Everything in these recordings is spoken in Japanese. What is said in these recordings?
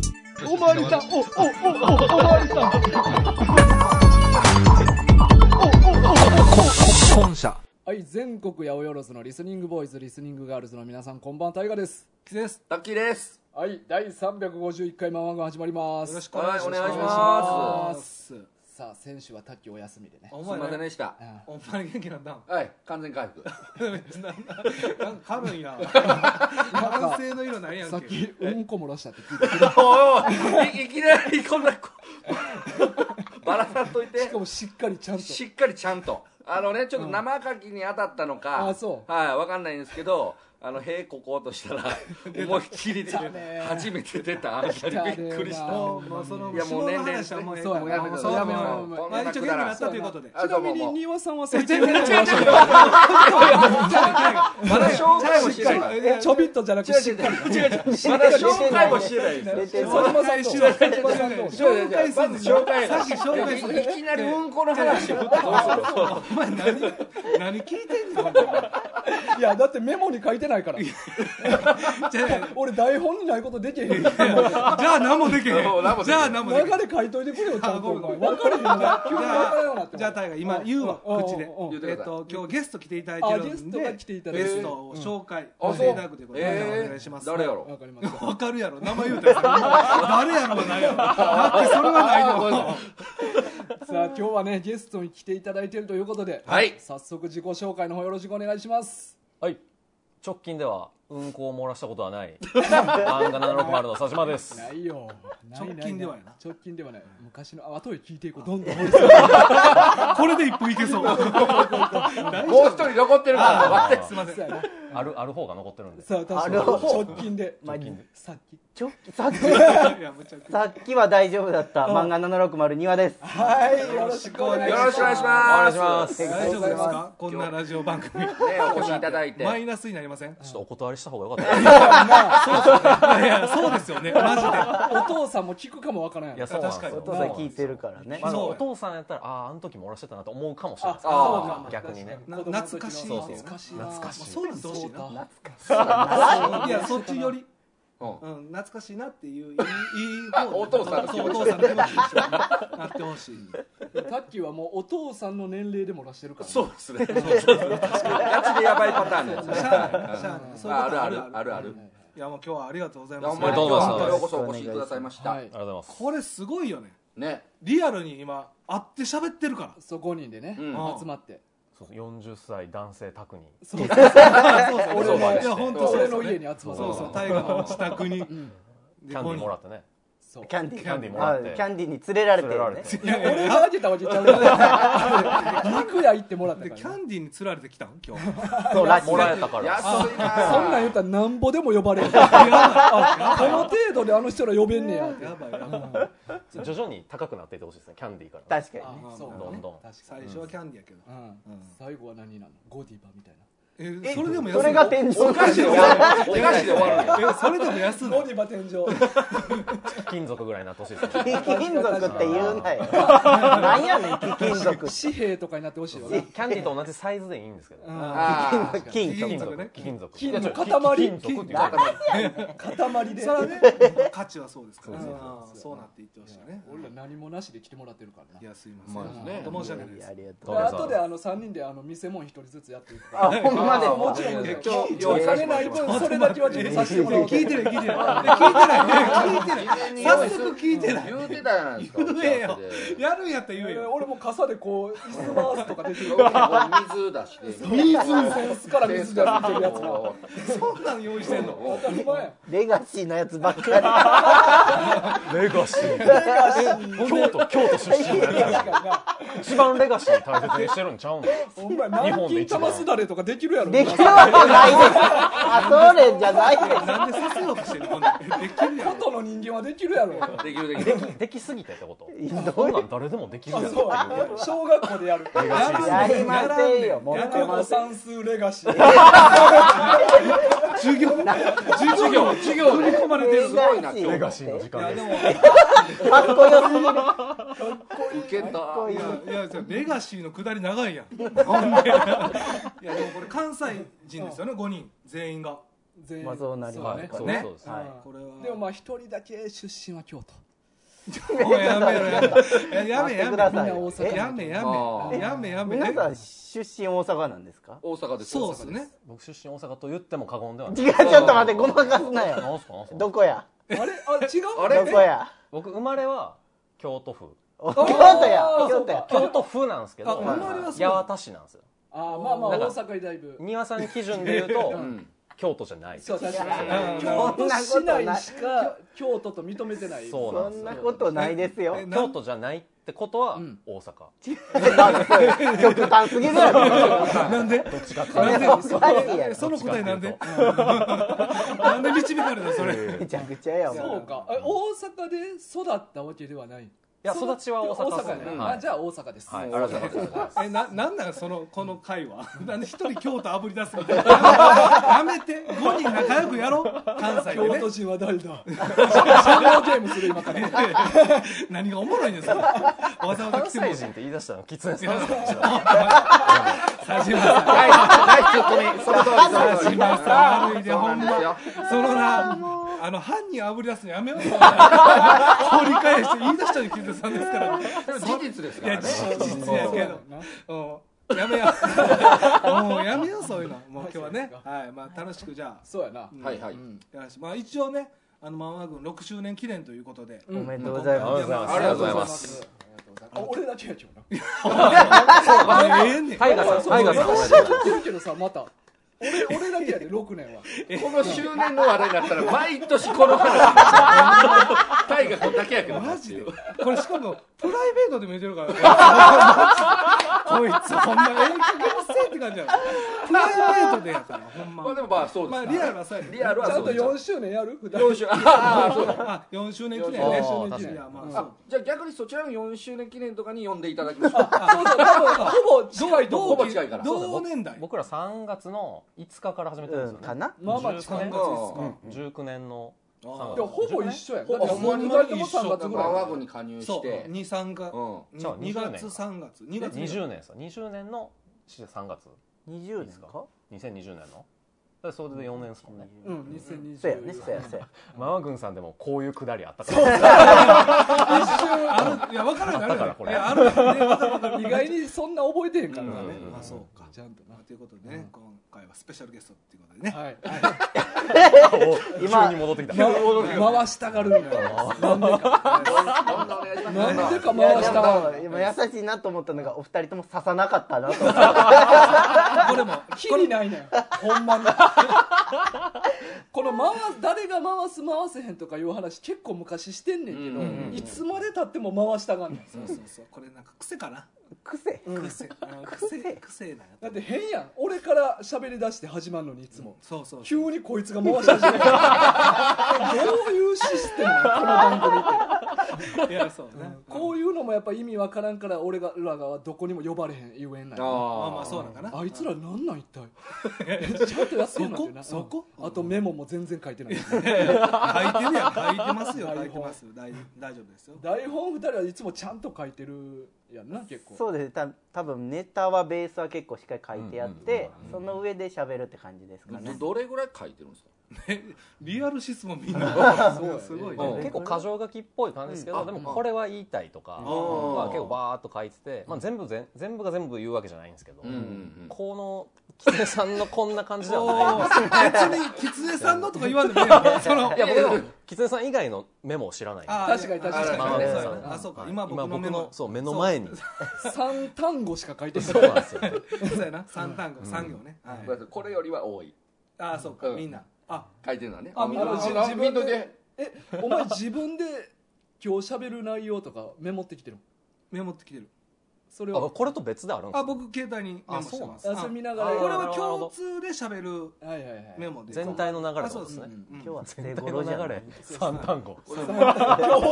まりさん、お、お、お、お、おまりさん。本社。はい、全国八百万のリスニングボーイズ、リスニングガールズの皆さん、こんばんは、タイガです。です。ラッキーです。はい、第351回マンワンが始まります。よろしくおは願い、いしおます。。願いし願いしまますさあ、選手は卓球お休みでね。おす。す前みませんね、でした。あお前元気なんだ。はい、完全回復。なんか軽いな。男性の色なんやあんさっけ。き、うんこ漏らしたって聞いてしおいおいいいきなり こんなこバラさんといてかもしっかりちゃんと。しっかりちゃんとあのねちょっと生かきに当たったのか、あそうはいわかんないんですけどあの塀ここうとしたら思いっきりでね初めて出たあん来たたねりびっくりしたもう、もうその、いやも下う年の齢話はもうええそうやももううややめめよよううやめようやめようそうもうもう毎日元気になったとい うことで。あちなどうみもに、丹もう羽さんは先ほどの話をまだ紹介もしてないからえちょびっとじゃなくて、しっかり。違う違うまだ紹介もしてないですよ佐島さんと、紹介佐島さんとしろ違う違うまず紹介さっき紹介するいきなりうんこの話をどうするお前何、何聞いてんのいや、だってメモに書いてないから。じゃあ 俺、台本にないことできへん。流れじゃあ何もできへんそう何もできへんじゃあ何もできへん書いといてくれよ、ちゃんと。あおごめ前んわかれへんな。急にわからんようになって。じゃあ、タイガー、今言うわ、うん口でうんうん言。っえてくっださと、今日ゲスト来ていただいてるんあで、ゲストが来ていただいゲてるストを紹介あしていただくというそこうとで、お願えいしーます。誰やろわかりました。わかるやろ、名前言うたやつ。誰やろはないやろ。だってそれはないよ。さあ今日はねゲストに来ていただいているということで、はい早速自己紹介の方よろしくお願いしますはい直近ではうんこを漏らしたことはない漫画760の佐島ですないよないない直近ではやな直近ではない昔のあ後へ聞いていこうどんどん掘りこれで一分いけそう。うもう一人残ってるから待ってすいません。そうやなあるある方が残ってるんでさあ確かにあの直近でマジでさっきちょっとさっきいやむちゃくちゃさっきは大丈夫だった漫画760庭です。はいよろしくお願いしよまろしすくお願いしお願まいすしますち大丈夫ですかこんなラジオ番組。ねお越しいただいてマイナスになりませんょっとお断りした方がよかったでいやいや、そうですよね。マジで。お父さんも聞くかもわからんやすいやそうなんですよ確お父さん聞いてるからねま。あそうお父さんやったらあああの時漏らしてたなと思うかもしれないですあそうか逆にねな子供の時の懐かしいそうそう懐かしいな懐かしいそうなんてほしいな。いや、そっちより。うんうん、懐かしいなっていういいいい方にお父さんの気そう持おち父さんの気持ちに 一緒になってほしいタッキーはもうお父さんの年齢でもらしてるからね、そうですね。ガチでやばいパターンのやつねしゃあないしゃあないそういうあことるはあるあるある。いやもう今日はありがとうございいやまおす前ありがとうございます今日はようこそお越しくださいました。はいありがとうございますこれすごいよねね、リアルに今会って喋ってるかそう5人でね、うん集まってそうそう40歳男性宅にそうらそうそう俺のいや本当そう俺そのう家に集まってそうそう大河の自宅にキャンディーもらってねそうキャンディー。キャンディーもらってはいキャンディーに連れられて連れらるれね。ていやいや俺があげたわけちゃうから肉屋行ってもらったでかキらャねンディーに釣られてきたん今日そうらしいも。らえたから安いな。そんなん言ったらなんぼでも呼ばれるあこの程度であの人ら呼べんねやってやばいやばい徐々に高くなっていってほしいですねキャンディーから確かにあね。そうどんどん確か最初はキャンディーやけどに、うん最後は何なのゴディバみたいなえそれでも安いそれが天井。お菓子で終わる。お菓子で終わる。えそれでも安いのゴディバ天井金属ぐらいになってほしいですね 貴金属って言うなよ。なんやねん貴金属。紙幣とかになってほしいわねキャンディーと同じサイズでいいんですけどあー金金属。属ね金属金の塊いやちょっと金金属って言うから塊でそれはね価値はそうですからうんそうなっていってほしいね俺ら何もなしで来てもらってるからいなやすいままあせんね本当申し訳ないいでやすありがとどう。うぞあとであの3人であの見せ物一人ずつやっていくからあほんまで。もちろん結結局局お金ない分それだけはちょっとさせてもらおうと聞いてる聞いてる聞いてない聞いてない早速聞いてない言うてたじゃないですか。言えよお茶やるんやったら言え よ俺も傘でこう椅子回すとか出てるで 水出して。水センスから水出してるやつがそんなん用意してんの当たり前やレガシーのやつばっかり。レガシー京都京都出身のや確かになつ一番レガシー大切にしてるんちゃうんお前日本で南京一番玉すだれとかできるやろできるわけないです。あ、それじゃないです。なんでさせようとしてるのほんでできるやん外の人間はできるやろできるできでる。きできすぎてってことそんなん誰でもできるやんっていそうう小学校でやるやりませんよ。もうや過らん去で算数レガシー授業授業授業組み込まれてるレいごいなガシー。レガシーの時間やでですもかっこよすぎる。受けた。いやいやじゃあレガシーの下り長いやんほんでいやでもこれ関西人ですよね5人全員が全員 まあそうなりはまいすそうねそうですはいこれはでもまあ一人だけ出身は京都 おいやめろやめろいややめ待ってやくめだみんさいな大阪えやめやあめーやめやめ皆さん出身大阪なんですか大阪ですそうですね僕出身大阪と言っても過言ではない。違うちょっと待ってごまかすなよなんすかなんすかどこやあれあ違うあどれこや僕生まれは京都府。京都や京都や京都府なんですけあど、生まれはそう八幡市なんですよ。あまあまあなんか大阪にだいぶ庭さん基準で言うと、うん京都じゃないです。そう確かにうん京都市内しか京都と認めてないそうなそんですんよなことないですよえな京都じゃないってことは大阪。極端すぎるやろなんでどっちかっていうとそれはおかしいやえろその答えなんどでっちなん で導かれたそれめちゃくちゃやもんそうかえ大阪で育ったわけではないいや育ちは大阪です大ね。ねはあいじゃあ大阪ですはい、あり大が阪とうございます。えななんなんそのこの会話 なんで一人京都あぶり出すみたいな やめて5人仲良くやろう関西で京ね都人は誰 だ人狼ゲームする今から 何がおもろいねんそれわざわざ関来ても西う人て って言い出したのきついですか佐島さはいはいちょっとその通ん佐りその通り島さん悪いでそうほなまんんですよそのなあの犯人あぶり出すのやめよ う掘り返して言い出したに気づさんですからでも事実ですいかやらね事実やけどうんやめよ うもうやめようそういうのもう今日はねはいまあ楽しくじゃあそうやなはいはいやらしてまあ一応ねあのマンワ軍6周年記念ということでおめでとうございますありがとうございます。あ俺だけやけどなあええねんタイガさん、タイガさんおめでとうございます。言ってるけどさまた 俺俺だけやで6年はこの周年の話題になったら毎年この話タイガこんだけやけどマジでこれしかもプライベートでも言って るからねこいつほんまええ加減にせえって感じやろプライベートでやからほんままあでもまあそうでますあかリアルはそうやねリアルちはゃそんうとです4周年やる二人四周ああそうだあ4周年記念ね四周年い記念やまあそうあじゃあ逆にそちらの4周年記念とかに呼んでいただきましょうそう そうほぼ近いとほこぼ近いから同年代僕ら3月の5日から始めてるんうでんすかよね。なまあまあ近い三月ですか19年の3でも月。ほぼ一緒やんほだぼってもう2人とも3月ぐマらいンやワんゴンに加入しそうて23かうんじゃあ2 20月年3月2月20年ですか20年の3月20年か2020年のだからそれで4年ですもんねうん2020そうやねそうやそうやマワ軍さんでもこういうくだりあったからあるいや分からんなあったからこれいやあるよね意外にそんな覚えてへんからなねあそうかちゃんとなということでね、今回はスペシャルゲストっていうことでね、はい 急に戻ってきた回したがるんだよなんでかどんどんお願いしますなんでかいや回でしたがるも今優しいなと思ったのがお二人とも刺さなかったなと思ってこれも気にないねんほんまにこの回す誰が回す回せへんとかいう話結構昔してんねんけど、うんうんうんいつまでたっても回したがんねんそうそうそうこれなんか癖かな癖癖う ん癖癖なだって変やん俺から喋り出して始まるのにいつも、そうそう急にこいつが回し始めるどういうシステムなのこの番組っていやそうね、こういうのもやっぱ意味わからんから俺らがどこにも呼ばれへん言えんないあまあまあそうなんかなあいつらなんなん一体ちゃんとやってんのってなそこうんあとメモも全然書いてない 書いてるやん書いてますよ台本書いてますよ大大丈夫ですよ台本2人はいつもちゃんと書いてるやんな結構そうですねた多分ネタはベースは結構しっかり書いてあって、その上で喋るって感じですかねどどれぐらい書いてるんですかリアル質問み んなすごいうんね結構箇条書きっぽい感じですけど、うんでもこれは言いたいとか、うんまあ、結構バーっと書いてて、まあ、全部ぜん全部が全部言うわけじゃないんですけど、うんうんうんこのキツネさんのこんな感じではないおー別に狐さんのとか言わんでもい いやんそのいや僕でもキツネさん以外のメモを知らないんであ確かに確かにあまあそうねやそうねねあそうかはい今僕の目のそう目の前に3単語しか書いてそうないなんですよねそうやな三単語三行ねはいごめんなさいこれよりは多いあそうかうんみんなあ書いてるのはねあみんなあ自あ自分でみんなでえお前自分で今日喋る内容とかメモってきてるのメモってきてるそれあをこれと別であるんですあか僕携帯にメモしてますあそう見ながらあこれはは共通で喋るいはいはいメモで全体の流あれってそこうとでねですすね今日は捨て全体頃のじゃな流いれ三単語 共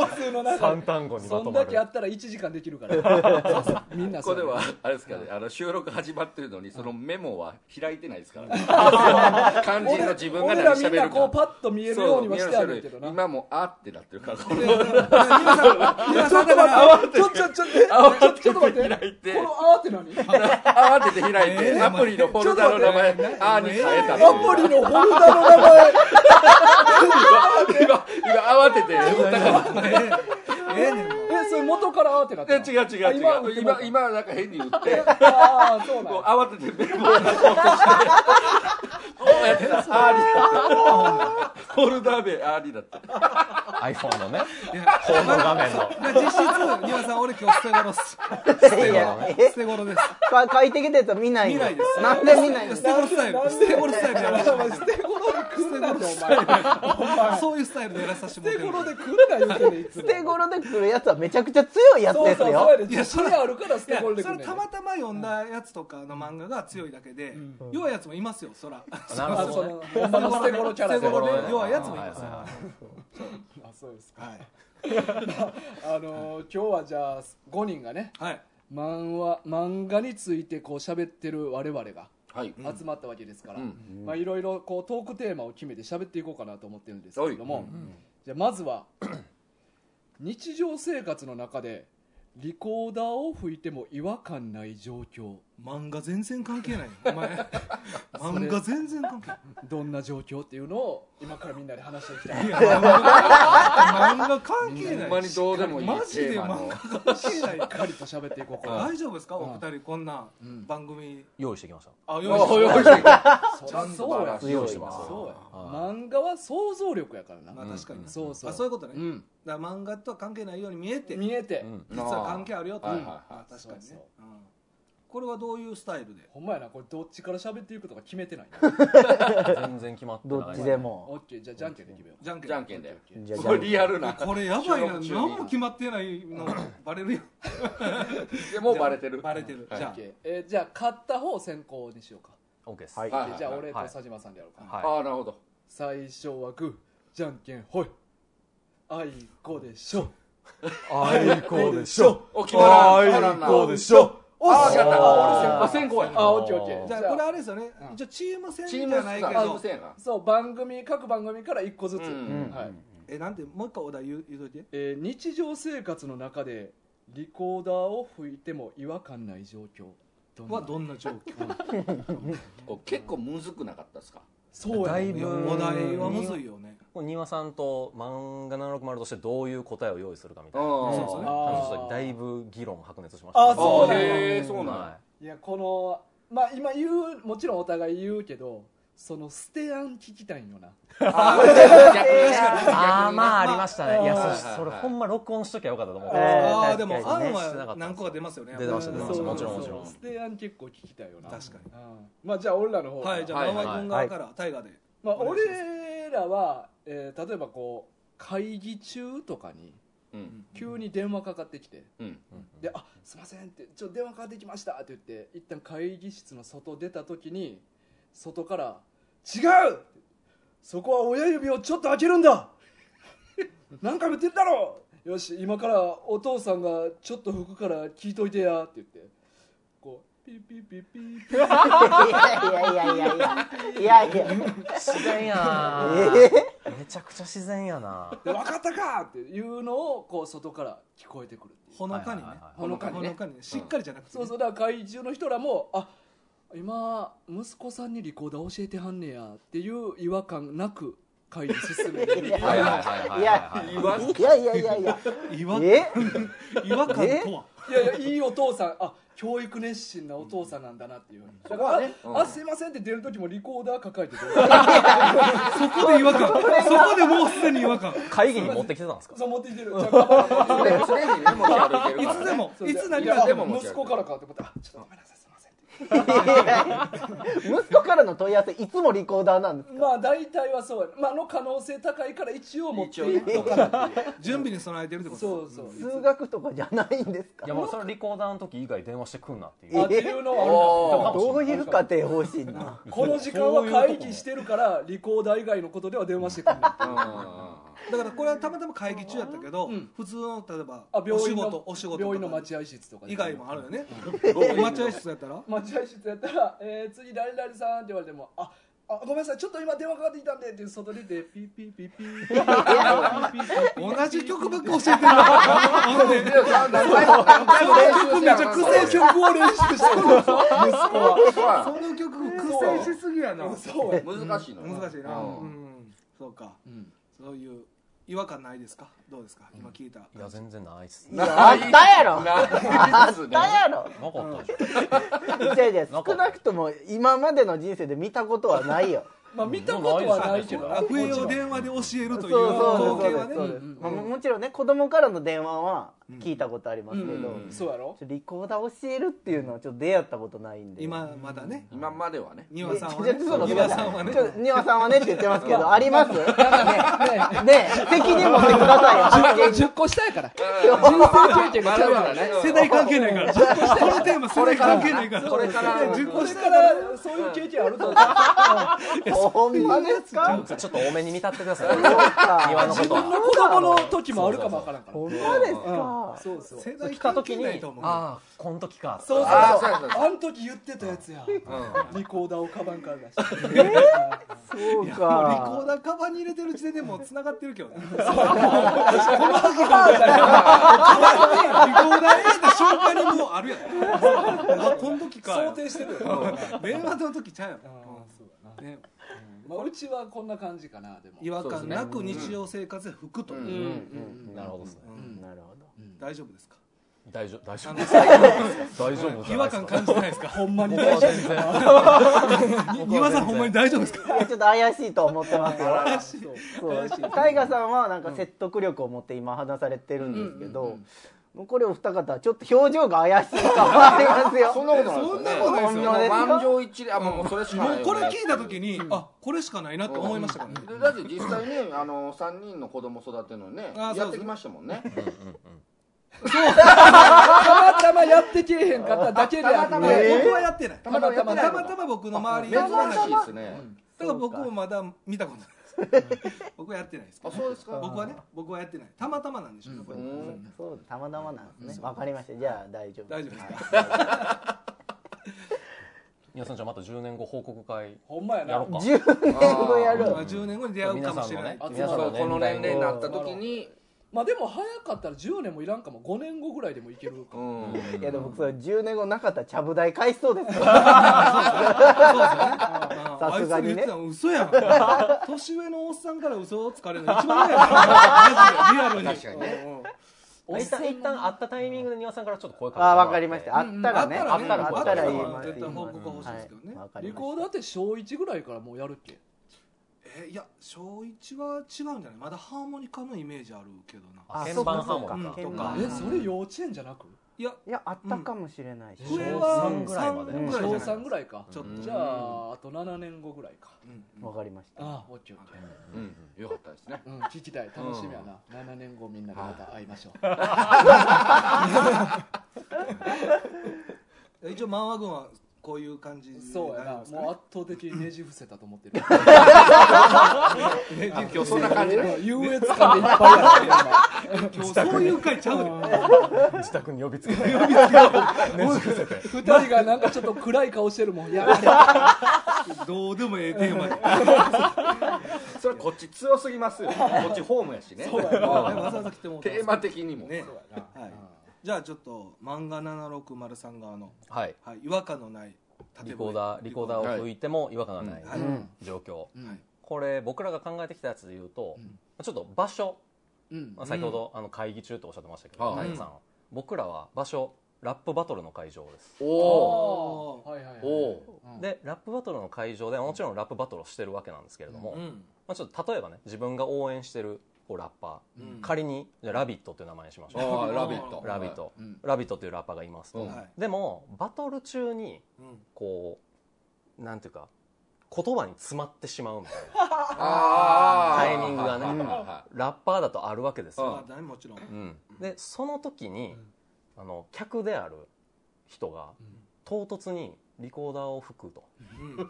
通の中三で単語にまそとんまだけるあったら1時間できるからみんなそここでれはあれですかねあの収録始まってるのにそのメモは開いてないですからね肝心の自分が俺何らみ喋んるなかこうパッと見えるようにはしてあるけどな今もあってなってるからこれちょっと待ってちょっとちょっとえちょちょっと待って開いてこの「あ」って何慌てて開いて、アプリのフォルダの名前ちょっと待ってあーに変えたっていうアプリのフォルダの名前今今慌てて言ったからええええねんもうえそれ元からあーってなっえて違う違う違う今打ってもう今た今なんか変に 言ってああそうなんこうや慌ててメ モを出そうとしてこうやってあーリだったホルダー名あーリだった iPhone のねホーム画面のだから実質丹羽さん俺今日捨て頃っ すいや捨えて頃ですか書いてきたやつは見ない見のないですなんで見ないの捨て頃スタイル捨て頃スタイルでやらせてもらいます捨て頃で来るなってお前そういうスタイルでやらさせても捨らっててる頃で来るな言うてねいつ捨もて頃で来るやつはめちゃくちゃ強いやつそうでそすうそうやよでいや自信あるから捨いてや頃でそ来るれねたまたま読んだやつとかの漫画が強いだけで、弱いやつもいますよそらなるあほそどねのほんまの捨て頃キャラ捨て頃ねで弱いやつもいますよあはそうですかあのー今日はじゃあ5人がねはい漫画漫画についてこう喋ってる我々がはい集まったわけですから、うんまあ、いろいろこうトークテーマを決めて喋っていこうかなと思ってるんですけれどはも、じゃあまずは 日常生活の中でリコーダーを吹いても違和感ない状況漫画全然関係ないよお前漫画全然関係ないどんな状況っていうのを今からみんなで話していきたい漫画関係ほなんいまにどうでもいいマジテでーマ漫の画関係ないしっかりと喋っていこうかな大丈夫ですかお二人こんな番組用意してきましたああよ用い意ししてちゃんとそうや用意してまますすそうやは漫画は想像力やからな、まあ確かにねそうそうあそういうことねうんだから漫画とは関係ないように見えて見えて、うん実は関係あるよってはいはいあは確かにそうねそううんこれはどういうスタイルでほんまやなこれどっちから喋っていくとか決めてない 全然決まってないどっちでもオッケーじゃあじゃんけんで決めようじゃんけんいじゃんけんでじゃあじこゃれリアルなこれやばいな収録中に何も決まってないのバレるやんいやもうバレてるバレてるはいじオゃッケーえーじゃあ勝った方を先行にしようか OK ですはいはでいじゃあはい俺とはい佐島さんでやろうか、はいああなるほど最初はグーじゃんけんほいあいこでしょあいこでしょお決まらん決まらんなしょああやったああー俺先行やあオッケーオッケーあじゃあこれあれですよねじゃあチーム戦チじーゃムないけ戦チームど戦やなそう番組各番組から1個ずつ、うんはいえなんてもう一回お題言う言うといてえー日常生活の中でリコーダーを吹いても違和感ない状況どんなはどんな状況こう結構むずくなかったですかそうやだいねぶお題はむずいよね庭さんと漫画760としてどういう答えを用意するかみたいなあー話そうですねをした時だいぶ議論白熱しましたねあーそうなんやへえそうなんやいやこのまあ今言うもちろんお互い言うけどその捨て案聞きたいんよなああまあありましたねいやはいそそれほんま録音しときゃよかったと思うえーああで確もかにね案は何個か出ますよね出てましたうねん出てそまうしそたうもちろんもちそうんろ捨て案結構聞きたいよな確かにうんまあじゃあ俺らの方からはいじゃあはい馬場君側から大河でまあ、お願いします俺らは、えー例えばこう会議中とかにうん急に電話かかってきて、うんで「あすいません」って「ちょっと電話かかってきました」って言って一旦会議室の外出た時に外から「違うそこは親指をちょっと開けるんだ 何回も言ってんだろよし今からお父さんがちょっと拭くから聞いといてや」って言ってこうピッピッピッピッピッいやいやいやいやいやいや自然やなえめちゃくちゃ自然やなで「分かったか!」っていうのをこう外から聞こえてくるっていうほのかにねはいはいはいほのかにほねのかにねしっかりじゃなくてそうねそうだから怪獣の人らもあ今息子さんにリコーダー教えてはんねやっていう違和感なく会議進めてはいはいはいはいはい言わんいやいやいやいや違和え違和感とはいやいやいいお父さんあ教育熱心なお父さんなんだなっていうだから、うんああすいませんって出る時もリコーダー抱えて出るそこで違和感そこでもうすでに違和感会議に持ってきてたんですかそう持ってきてるじゃあカバン持ってきてる常にね持ち歩いてるいからつでもそういつ何いやがあってでもも息子からかって思ったあちょっとごめんなさいすいませんって息子からの問い合わせいつもリコーダーなんですまあ大体はそうや、まあ、の可能性高いから一応持っていく一応とねかなっていう準備に備えてるってことそうそう数学とかじゃないんですかいやもうそれリコーダーの時以外電話してくんなっていうあっていうのはあるなおーどういう家庭方針なこの時間は会議してるからリコーダー以外のことでは電話してくる うだからこれはたまたま会議中やったけど、うん普通の例えばあ病お仕院事のお仕事とか病院の待合室とかで以外もあるよねん うん待合室やったら待合室やったら「えー、次誰々さん」って言われても「ああごめんなさいちょっと今電話かかってきたんで」って外出てピーピーピーピーピー同じ曲ばっか教えてるなほんでめめっちゃ苦戦曲を練習してる はその曲苦戦しすぎやなそうや難しいの難しいな、ううんんそうかうんそういう違和感ないですかどうですか今聞いたいや、全然ないっす。いなやあったやろないですねだやろかったでしょ。じゃあじゃあ少なくとも今までの人生で見たことはないよまあ見たことはないけどなあ笛を電話で教えるそとういうそう光景そうそうはですそうねです、まあ、ももちろんね子供からの電話は聞いたことありますけど、うんそうやろちょリコーダー教えるっていうのはちょっと出会ったことないんで今まだね今まではね丹羽さんはちょ ちょちょっとね丹羽さんはねちょ丹羽さんはねって言ってますけどありますねね責任持ってくださいよ10個下やから。 人生経験がまちゃだうまからだ。ね世代関係ないからこのテーマ世代関係ないからこれから10個これ下からそういう経験あると 思うほんまですかちょっと多めに見たってく ださい。そうか庭のこ自と分のは。子供の時もあるかもわからんからほんまですかそうそう世代関係ないと思うああ、この時か。そうそうあーそそううやそうやあん時言ってたやつやリコーダーをカバンから出してそういやもうリコーかダーカバンに入れてる時点でもう繋がってるけ どね。この時リコーダー入れた瞬間にもうあるやん。あこの時か。想定してるよあ電話の時ちゃうやんーそうやね、なまあうちはこんな感じかなでも違和感なく日常生活で服と、うんうんうんなるほどですね。うんなるほど大丈夫ですか大丈夫、大丈あ夫の。大丈夫じ違ゃない和です感か。感じないですかほんまに僕は全然。岩さんほんまに大丈夫ですかいや ちょっと怪しいと思ってますよそうそうタイガさんはなんか説得力を持って今話されてるんですけど、もうこれお二方はちょっと表情が怪しいかもありますよそんなことないですよねそんなことないですよもう満場一致あもうもうそれしかないよもねうこれ聞いた時に、あこれしかないなって思いましたからね、でだって実際ねあの3人の子供育てるのにねあそうそうやってきましたもんねたまたまやってけえへんかっただけであってたまたまでえー僕はやってないたまたまやってないのまたま僕の周り珍のしいですねだから僕もまだ見たことないです僕はやってないですけあどそうですか僕はね僕はやってないたまたまなんでしょうねこうれんそうたまたまなんですねわかりましたじゃあ大丈夫大丈夫ですか皆さんじゃあまた10年後報告会ほんまややろなうか。 10年後やまるあ10年後に出会うか皆もさしんれのないね、集皆まさんろうのこの年齢になったと時にまあでも早かったら10年もいらんかも5年後ぐらいでもいけるかうんいやでも僕それ10年後なかったらちゃぶ台返しそうですよあさいすつがにに言っねてたの嘘やん年上のおっさんから嘘をつかれるの一番嫌やからマジでリアルに 確かにねうんうん一旦一旦会ったタイミングで庭さんからちょっと声かけてもらあってわかりましたあったらねうんああっったたららねあったら言いあったまらす絶対報告が欲しいですけどねはいわかりリましコーダーって小1ぐらいからもうやるっけえいや小一は違うんじゃないまだハーモニカのイメージあるけどなた鍵盤ハーモニカあそうとかかそうえかそれ幼稚園じゃなくいやいやあったかもしれないしうん上小は三ぐらいまで三ぐら小いじゃない3ぐらいかちょっとじゃああと7年後ぐらいかうんわかりましたああオッケーオッケーうんよかったですねうん聞きたい楽しみやな7年後みんなでまた会いましょう一応漫画軍はこういう感じでそうやな、大丈もう圧倒的にねじ伏せたと思ってる。今日そんな感じ で優越感でいっぱいやな夫ですか今日そういう回ちゃうよ自宅に呼びつ けて二人がなんかちょっと暗い顔してるもん。やめて。あどうでもええテーマでそれこっち強すぎますよこっちホームやしねそうやわざわざ来てもうたテーマ的にもねはい、じゃあちょっと漫画7603側の、はいはい、違和感のないリコーダーリコーダーを吹いても違和感がないはい状況うんこれ僕らが考えてきたやつで言うとちょっと場所うんまあ先ほどあの会議中とおっしゃってましたけどはい大悟さん僕らは場所ラップバトルの会場ですおおーはいはいはい。おおうんでラップバトルの会場でもちろんラップバトルをしてるわけなんですけれどもうんまあちょっと例えばね自分が応援してるこうラッパうーん仮にじゃあラビットっていう名前にしましょうああラビットラビット、うんラビットというラッパーがいますと、うんはいでもバトル中にうんこうなんていうか言葉に詰まってしまうみたいああタイミングがねはいはいはなラッパーだとあるわけですうんよ、まあねもちろんうんでその時に、あの客である人が唐突にリコーダーを吹くと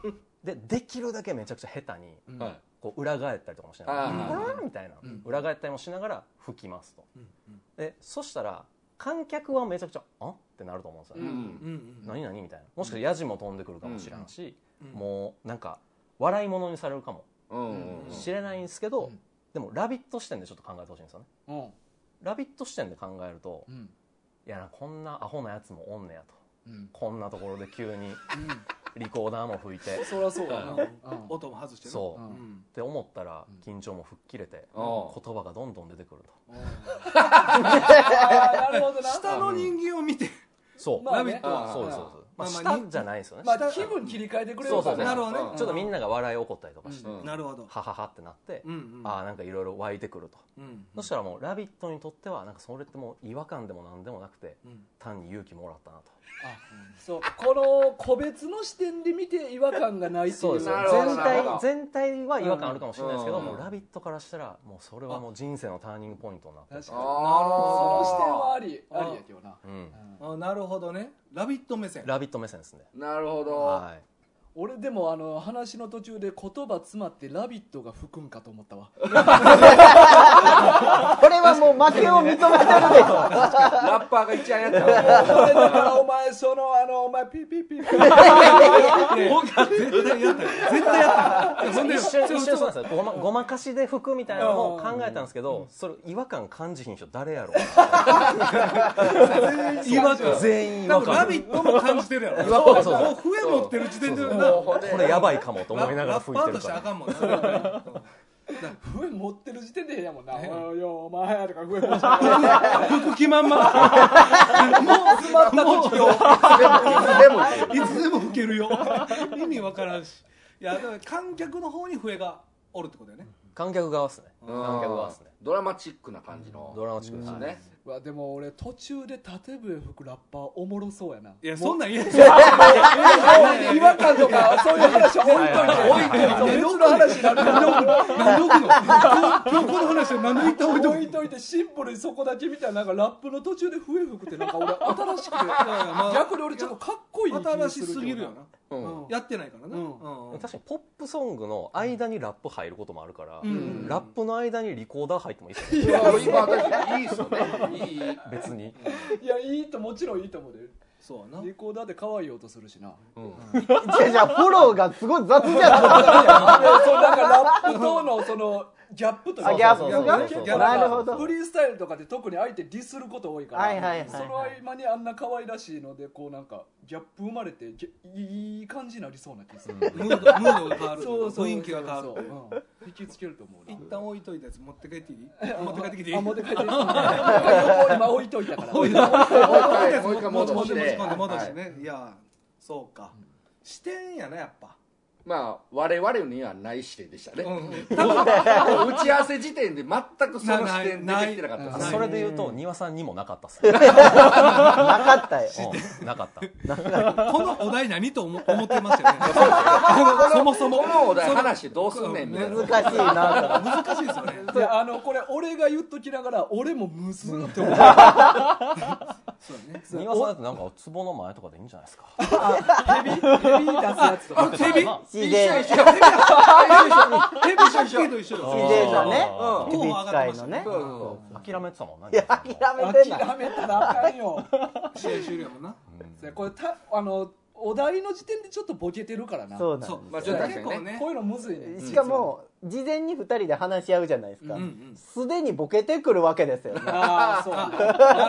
うん でできるだけめちゃくちゃ下手にいはいこう裏返ったりとかもしながらあ「ーうんうんみたいな、裏返ったりもしながら吹きますとうんうんでそしたら観客はめちゃくちゃ「あってなると思うんですよね、うんうんうん何何みたいなもしかしてヤジも飛んでくるかもしれんうし、んもうなんか笑いものにされるかもうんうんうんしれないんですけど、うんでも「ラビット!」視点でちょっと考えてほしいんですよねうん「ラビット!」視点で考えると、うんいやなこんなアホなやつもおんねやとうんこんなところで急にリコーダーも吹いてそりゃそうだな、うん音も外してねそうんう、うんって思ったら緊張も吹っ切れて、おう言葉がどんどん出てくるとあーなるほどな下の人間を見てそう、まあねラビットそうですそうです、まあ、まあまあ下じゃないですよね、まあ気分切り替えてくれそるうそかうそらうなるほどねうんちょっとみんなが笑い起こったりとかして、うなるほどはははってなって、うんうんああなんかいろいろ湧いてくると、うんそしたらもう「ラビット!」にとってはなんかそれってもう違和感でも何でもなくて、うん単に勇気もらったなとそうこの個別の視点で見て違和感がないっていうそうですよなるほどなるほ全ど体全体は違和感あるかもしれないですけど、うんもう「ラビット!」からしたらもうそれはもう人生のターニングポイントになって確かあにーその視点はありああーりやけどな、うんうんあなるほどねラビット目線ラビット目線ですねなるほど、はい俺でもあの話の途中で言葉詰まって「ラビット!」が吹くんかと思ったわこれはもう負けを認めてるでしょ ラッパーが一番やったこれだからお前そのあのお前ピーピーピーピ ー絶対やったよ絶対やったよほんで一瞬一ちょ瞬ちそうょなんですよごまごまかしで服みたいなのを考えたんですけど、それ違和感感じひん人誰やろ 違和感全員違多和分ラ感ビットも感じてるやろ違和感そうもう笛持ってる時点でなもうほんでこれやばいかもと思いながら吹いラッパーとてるしてかあらかんもんなそれはね笛持ってる時点で変やもんな「おねいおいお前」とか笛持ってる服着まんまもう詰まった時よいつでも吹けるよ意味わからんしいやだから観客の方に笛がおるってことだよね観客側ですねうん観客側ですねドラマチックな感じのドラマチックですねねうわでも俺途中で縦笛吹くラッパーおもろそうやないやそんなん言えない違和感とかそういう話は置いといて置いといて別の話になるから何で置くの今日この話は何で言った置いとく置いといてシンプルにそこだけ見たらなんかラップの途中で笛吹くってなんか俺新しくてまあ逆に俺ちょっとかっこいい気が新すしるけどすぎるよな、うんやってないからな、ううんん確かにポップソングの間にラップ入ることもあるから、んラップの間にリコーダー入ってもいいですよねいや今確かにいいっすよねいいいい別にいやいいともちろんいいと思うでそうやなリコーダーで可愛い音するしなじゃあじゃあフォローがすごい雑じゃんそうなんかラップとのそのギャップとあかギャップそうそうそうがなるほどフリースタイルとかで特に相手ディスること多いから、はいはいはいはいその合間にあんな可愛らしいのでこうなんかギャップ生まれてギャいい感じになりそうな気がする、ムードムードが変わるそうそう雰囲気が変わるそうそううん引きつけると思うな一旦置いといたやつ持って帰っていい持って帰ってきていいあ持 って帰っていい横今置いといたから置いといたもう一回もう一回持ち戻込んしてで持ち込んで戻してはいね、い、やそうか、視点やなやっぱ、まあ我々にはない視点でしたねうんうん打ち合わせ時点で全くその視点出てきてなかったないですそねれで言うと丹羽さんにもなかったっ すね、なかったようんなか ったこのお題何と思思ってましたよねあ のそもそもこのお題話してどうすんねんみたいな難しいな難しいですよねいやあのこれ俺が言っときながら俺もむずーって思うそうね丹羽さんだってなんか壺の前とかでいいんじゃないですかヘビ出すやつとかヘビ自然一緒一緒ヘビシャッキーと一緒よ自然だねうんヘビ使いのねそうそう諦めてたもんないや諦めてない諦めたらあかんよ試合終了やもんなでこれたあのお題の時点でちょっとボケてるからなそうなんですそようまあちょっと確か結にね構こういうのむずいね、しかも事前に2人で話し合うじゃないですかうんうんすでにボケてくるわけですよねああそうな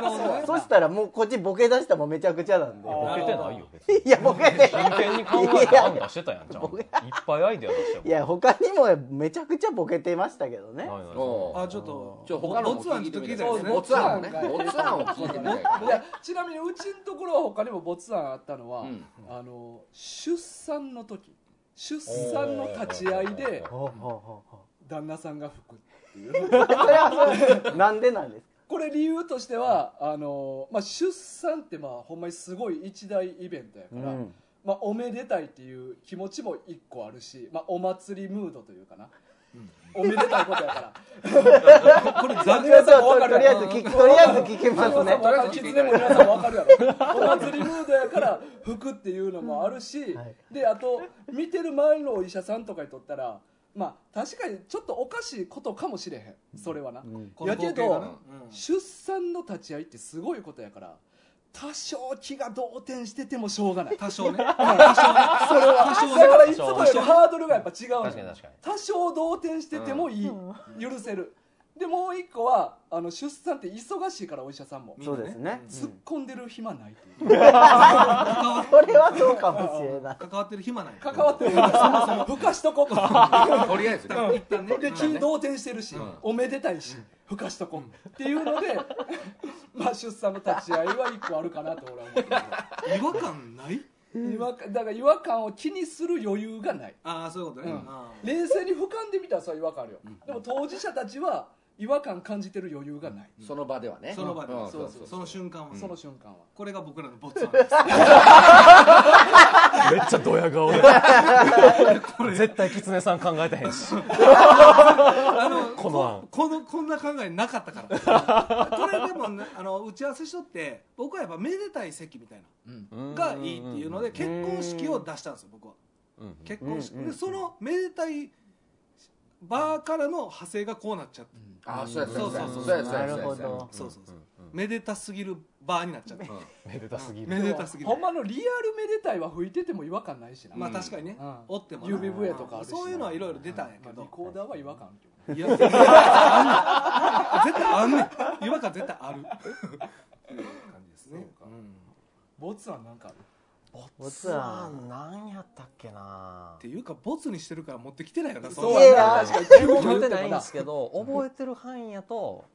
るほどねそしたらもうこっちボケ出したらもうめちゃくちゃなんでボケてないよ別にいやボケて真剣に考えて案出してたやんちゃんといっぱいアイデア出していや他にもめちゃくちゃボケてましたけどなねいないおうあちょっとちょ他のボツワンちょっと聞いたりでりですすねねボツワンもねボツワンを聞いてみたいからいやちなみにうちのところは他にもボツ案あったのは、うんあの出産の時出産の立ち会いでほうほうほうほ旦那さんが吹くっていううそれはそれなんでなんですかこれ理由としてはあの、まあ、出産ってまあほんまにすごい一大イベントやから、うんまあ、おめでたいっていう気持ちも一個あるし、まあ、お祭りムードというかな、おめでたいことやからこ れと残りあえずとりあえず聞きとりあえず聞きますねとりあえず狐も皆さんも分かるやろお祭りムードやから服っていうのもあるし、はいであと見てる周りのお医者さんとかにとったらまあ確かにちょっとおかしいことかもしれへんそれはな、うんこの光景がなうん出産の立ち会いってすごいことやから多少気が動転しててもしょうがない多少ね多少ねそれは多少だからいつもよりハードルがやっぱ違うのよ確かに確かに多少動転しててもいい、許せるでもう一個はあの出産って忙しいからお医者さんもそうですね、突っ込んでる暇ないっていうそれはそうかもしれない関わってる暇ない関わってるからそもそもふかしとこうかとりあえずね一旦ねで金動転してるし、うんおめでたいしふかしとこうっていうので まあ出産の立ち会いは一個あるかなと俺は思ってる違和感ない違和感だから違和感を気にする余裕がないああそういうことね、うんあー冷静に俯瞰で見たらそう違和感あるよ、でも当事者たちは違和感感じてる余裕がない、その場ではねその場で、うんそうそうそうその瞬間は、その瞬間は、これが僕らのボツなんですめっちゃドヤ 顔で絶対キツネさん考えてへん しこの案このこんな考えなかったからこれでもね、あの打ち合わせしとって僕はやっぱめでたい席みたいながいいっていうので結婚式を出したんですよ僕はうん結婚式うんでそのめでたいバーからの派生がこうなっちゃってあそうやそうそやうそうそうそうやそうやなるほそうやどそうそうそううんうんめでたすぎるバーになっちゃってうんめでたすぎるめでたすぎるほんまのリアルめでたいは吹いてても違和感ないしな、まあ確かにねうんおってもな指笛とかあるしなそういうのはいろいろ出たんやけまあどリコーダーは違和感あるけどいや、絶対あんねん。絶対あんねん。違和感絶対ある。感じですね。ボツはなんかあるボツワンなんやったっけなっていうか、ボツにしてるから持ってきてないよな、そうのやな確確かかにに覚えてないんですけど 覚えてる範囲やと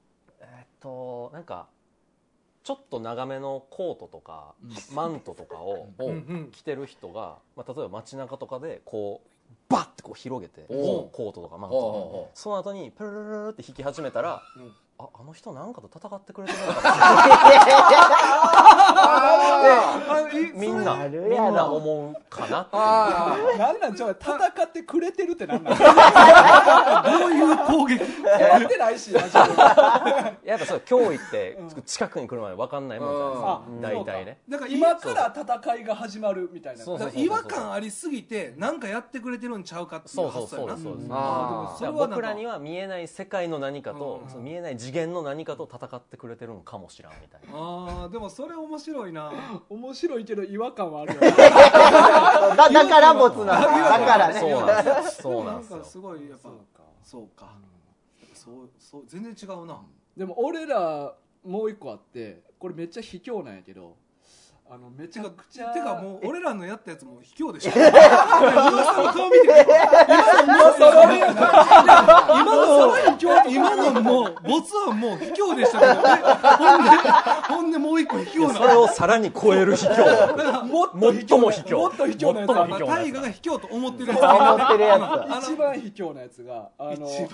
えーっとなんかちょっと長めのコートとかマントとかをうんうんうん着てる人が、まあ、例えば街中とかでこうバッてこう広げておうコートとかマンおうおうおトうとかその後にプルルルルルって引き始めたら、うんああの人なんかと戦ってくれてるのかあいなみんなあるやろみんな思うかなっていうあなんなんちょ戦ってくれてるってなんなんどういう攻撃 やってないしな自分 やっぱそう脅威って近くに来るまで分かんないもんじゃうんないですか大体ねだから今今から戦いが始まるみたいなそうだから違和感ありすぎて、なんかやってくれてるんちゃうかっていそううそう発想そうやでな。すそうですああそだれからはなんか僕らには見えない世界の何かと、うんその見えない次元の何かと戦ってくれてるんかもしらんみたいなあーでもそれ面白いな面白いけど違和感はあるよだだからボツなんだだからねそうなんですそうなんですかよすごいやっぱそうかそうそう全然違うなでも俺らもう一個あってこれめっちゃ卑怯なんやけどあのめちてゃかくちゃてかもうえ俺らのやったやつも卑怯で しょ今さら顔見てる今更言うな今の今のもうボツはもう卑怯でしたけどねほんでほんでもう一個卑怯なそれをさらに超える卑怯もっと最も卑怯もっと卑怯なやつ最もあ卑る怯まあ大河が卑怯と思ってるやつ思ってるやつだあの一番卑怯なやつがあの一番卑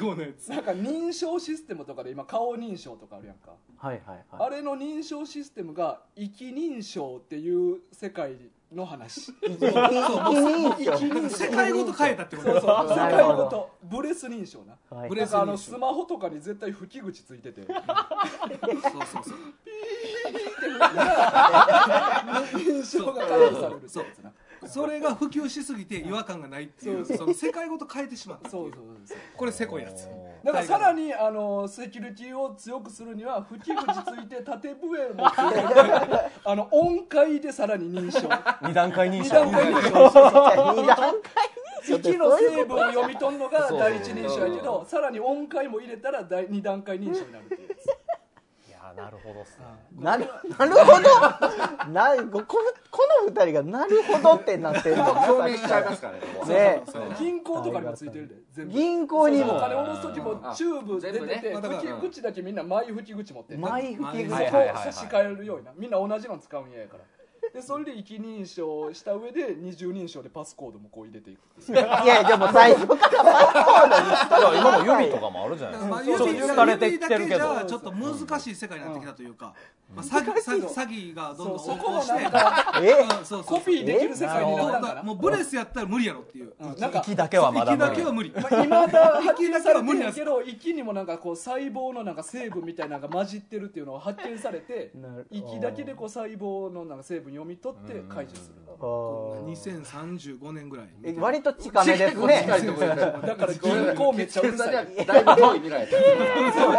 怯なやつなんか認証システムとかで今顔認証とかあるやんかはいはいあれの認証システムが生き認証っていう世界の話一人称世界ごと変えたってこそうとそう世な界るほどごとブレス認証なはいブレなんス認か証あのスマホとかに絶対吹き口ついて てそうそうそう認証が解除されるってやつなそれが普及しすぎて違和感がないっていうその世界ごと変えてしまったそうそうそうこれせこいやつだからさらにあのセキュリティを強くするには吹き口ついて縦笛もついてる あの音階でさらに認証二段階認二証段階認二証段階息の成分を読み取るのがそうそう第一認証やけそうどさらに音階も入れたら第二段階認証になるっていうやついやなるほどっすねなるなるほどなここの二人がなるほどってなってるのあ表明しちゃいますからねもうねそう銀行とかにもついてるで全部銀行におも金下ろす時もチューブ出て全部ねてまあだ吹からき口だけみんな前吹き口持ってんの前吹きそ口はいこはいはい差し替えるようになみんな同じの使うんややからでそれで一認証した上で二重認証でパスコードもこう入れていくっていういやでも最初からいや今の指とかもあるじゃないですまあ、か指ちょっと疲れてきてるけ指だけじゃどちょっと難しい世界になってきたというか、まあ、詐欺詐欺詐欺がどんどんそうそ横こ行もしてなんかえうんそうそうコピーできる世界になったんかなもうブレスやったら無理やろっていう、うんなんか息だけはまだ息無だけ理は無理、まあ今だ発見されてるんやけど息にもなんかこう細胞のなんか成分みたいなのが混じってるっていうのを発見されてなる息だけでこう細胞のなんか成分読み取って解除するあー2035年ぐらいえ割と近めですね 近いところでだから銀行めっちゃうるさいだいぶ遠い未来やった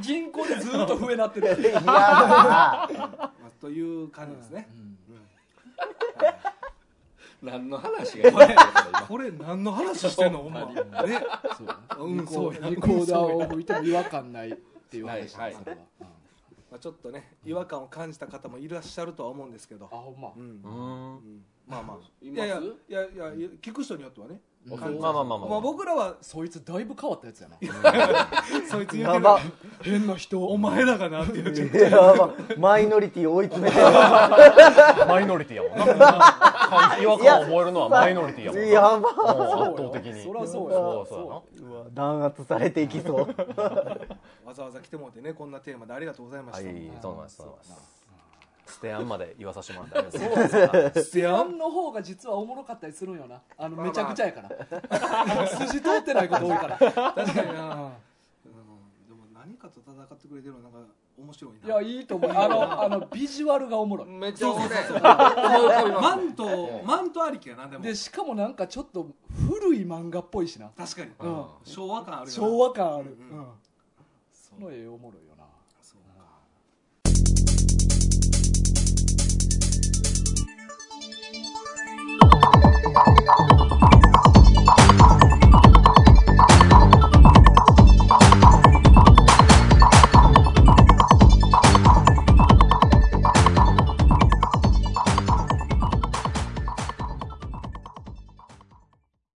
銀行でずっと増えなってるいやまあまあという感じですね、何の話が今これ何の話してんのほんまねそううんリコそうーやリコーダーを吹いても違和感ないっていう話です、はいはいそれはうんまあ、ちょっとね違和感を感じた方もいらっしゃるとは思うんですけどあ、ほんまうんううんんまあまあいいまやすいやいやいや聞く人によってはね、うんまあまあまあままあ、あ僕らはそいつだいぶ変わったやつやなそいつ言うやてるば変な人お前らかなって言うてるやばマイノリティ追い詰めてるマイノリティやもんな違和感を覚えるのはマイノリティやもんなやばもう圧倒的にそりゃそうやそうそうやなうわ弾圧されていきそうわざわざ来てもらってねこんなテーマでありがとうございまはしいた、そうなんですそうなんですステアンまで言わさせてもらってありがとうございますステ不ア安ンの方が実はおもろかったりするんよなあのめちゃくちゃやから 筋通ってないこと多いから確かにな、うん、でも何かと戦ってくれてるのなんか面白いいなやいいと思うあのあのビジュアルがおもろいめっちゃ面白いマントマントありきやなでもでしかもなんかちょっと古い漫画っぽいしな、確かに、 うん昭和感あるよな昭和感ある、ううんんうんその絵おもろいよなそうか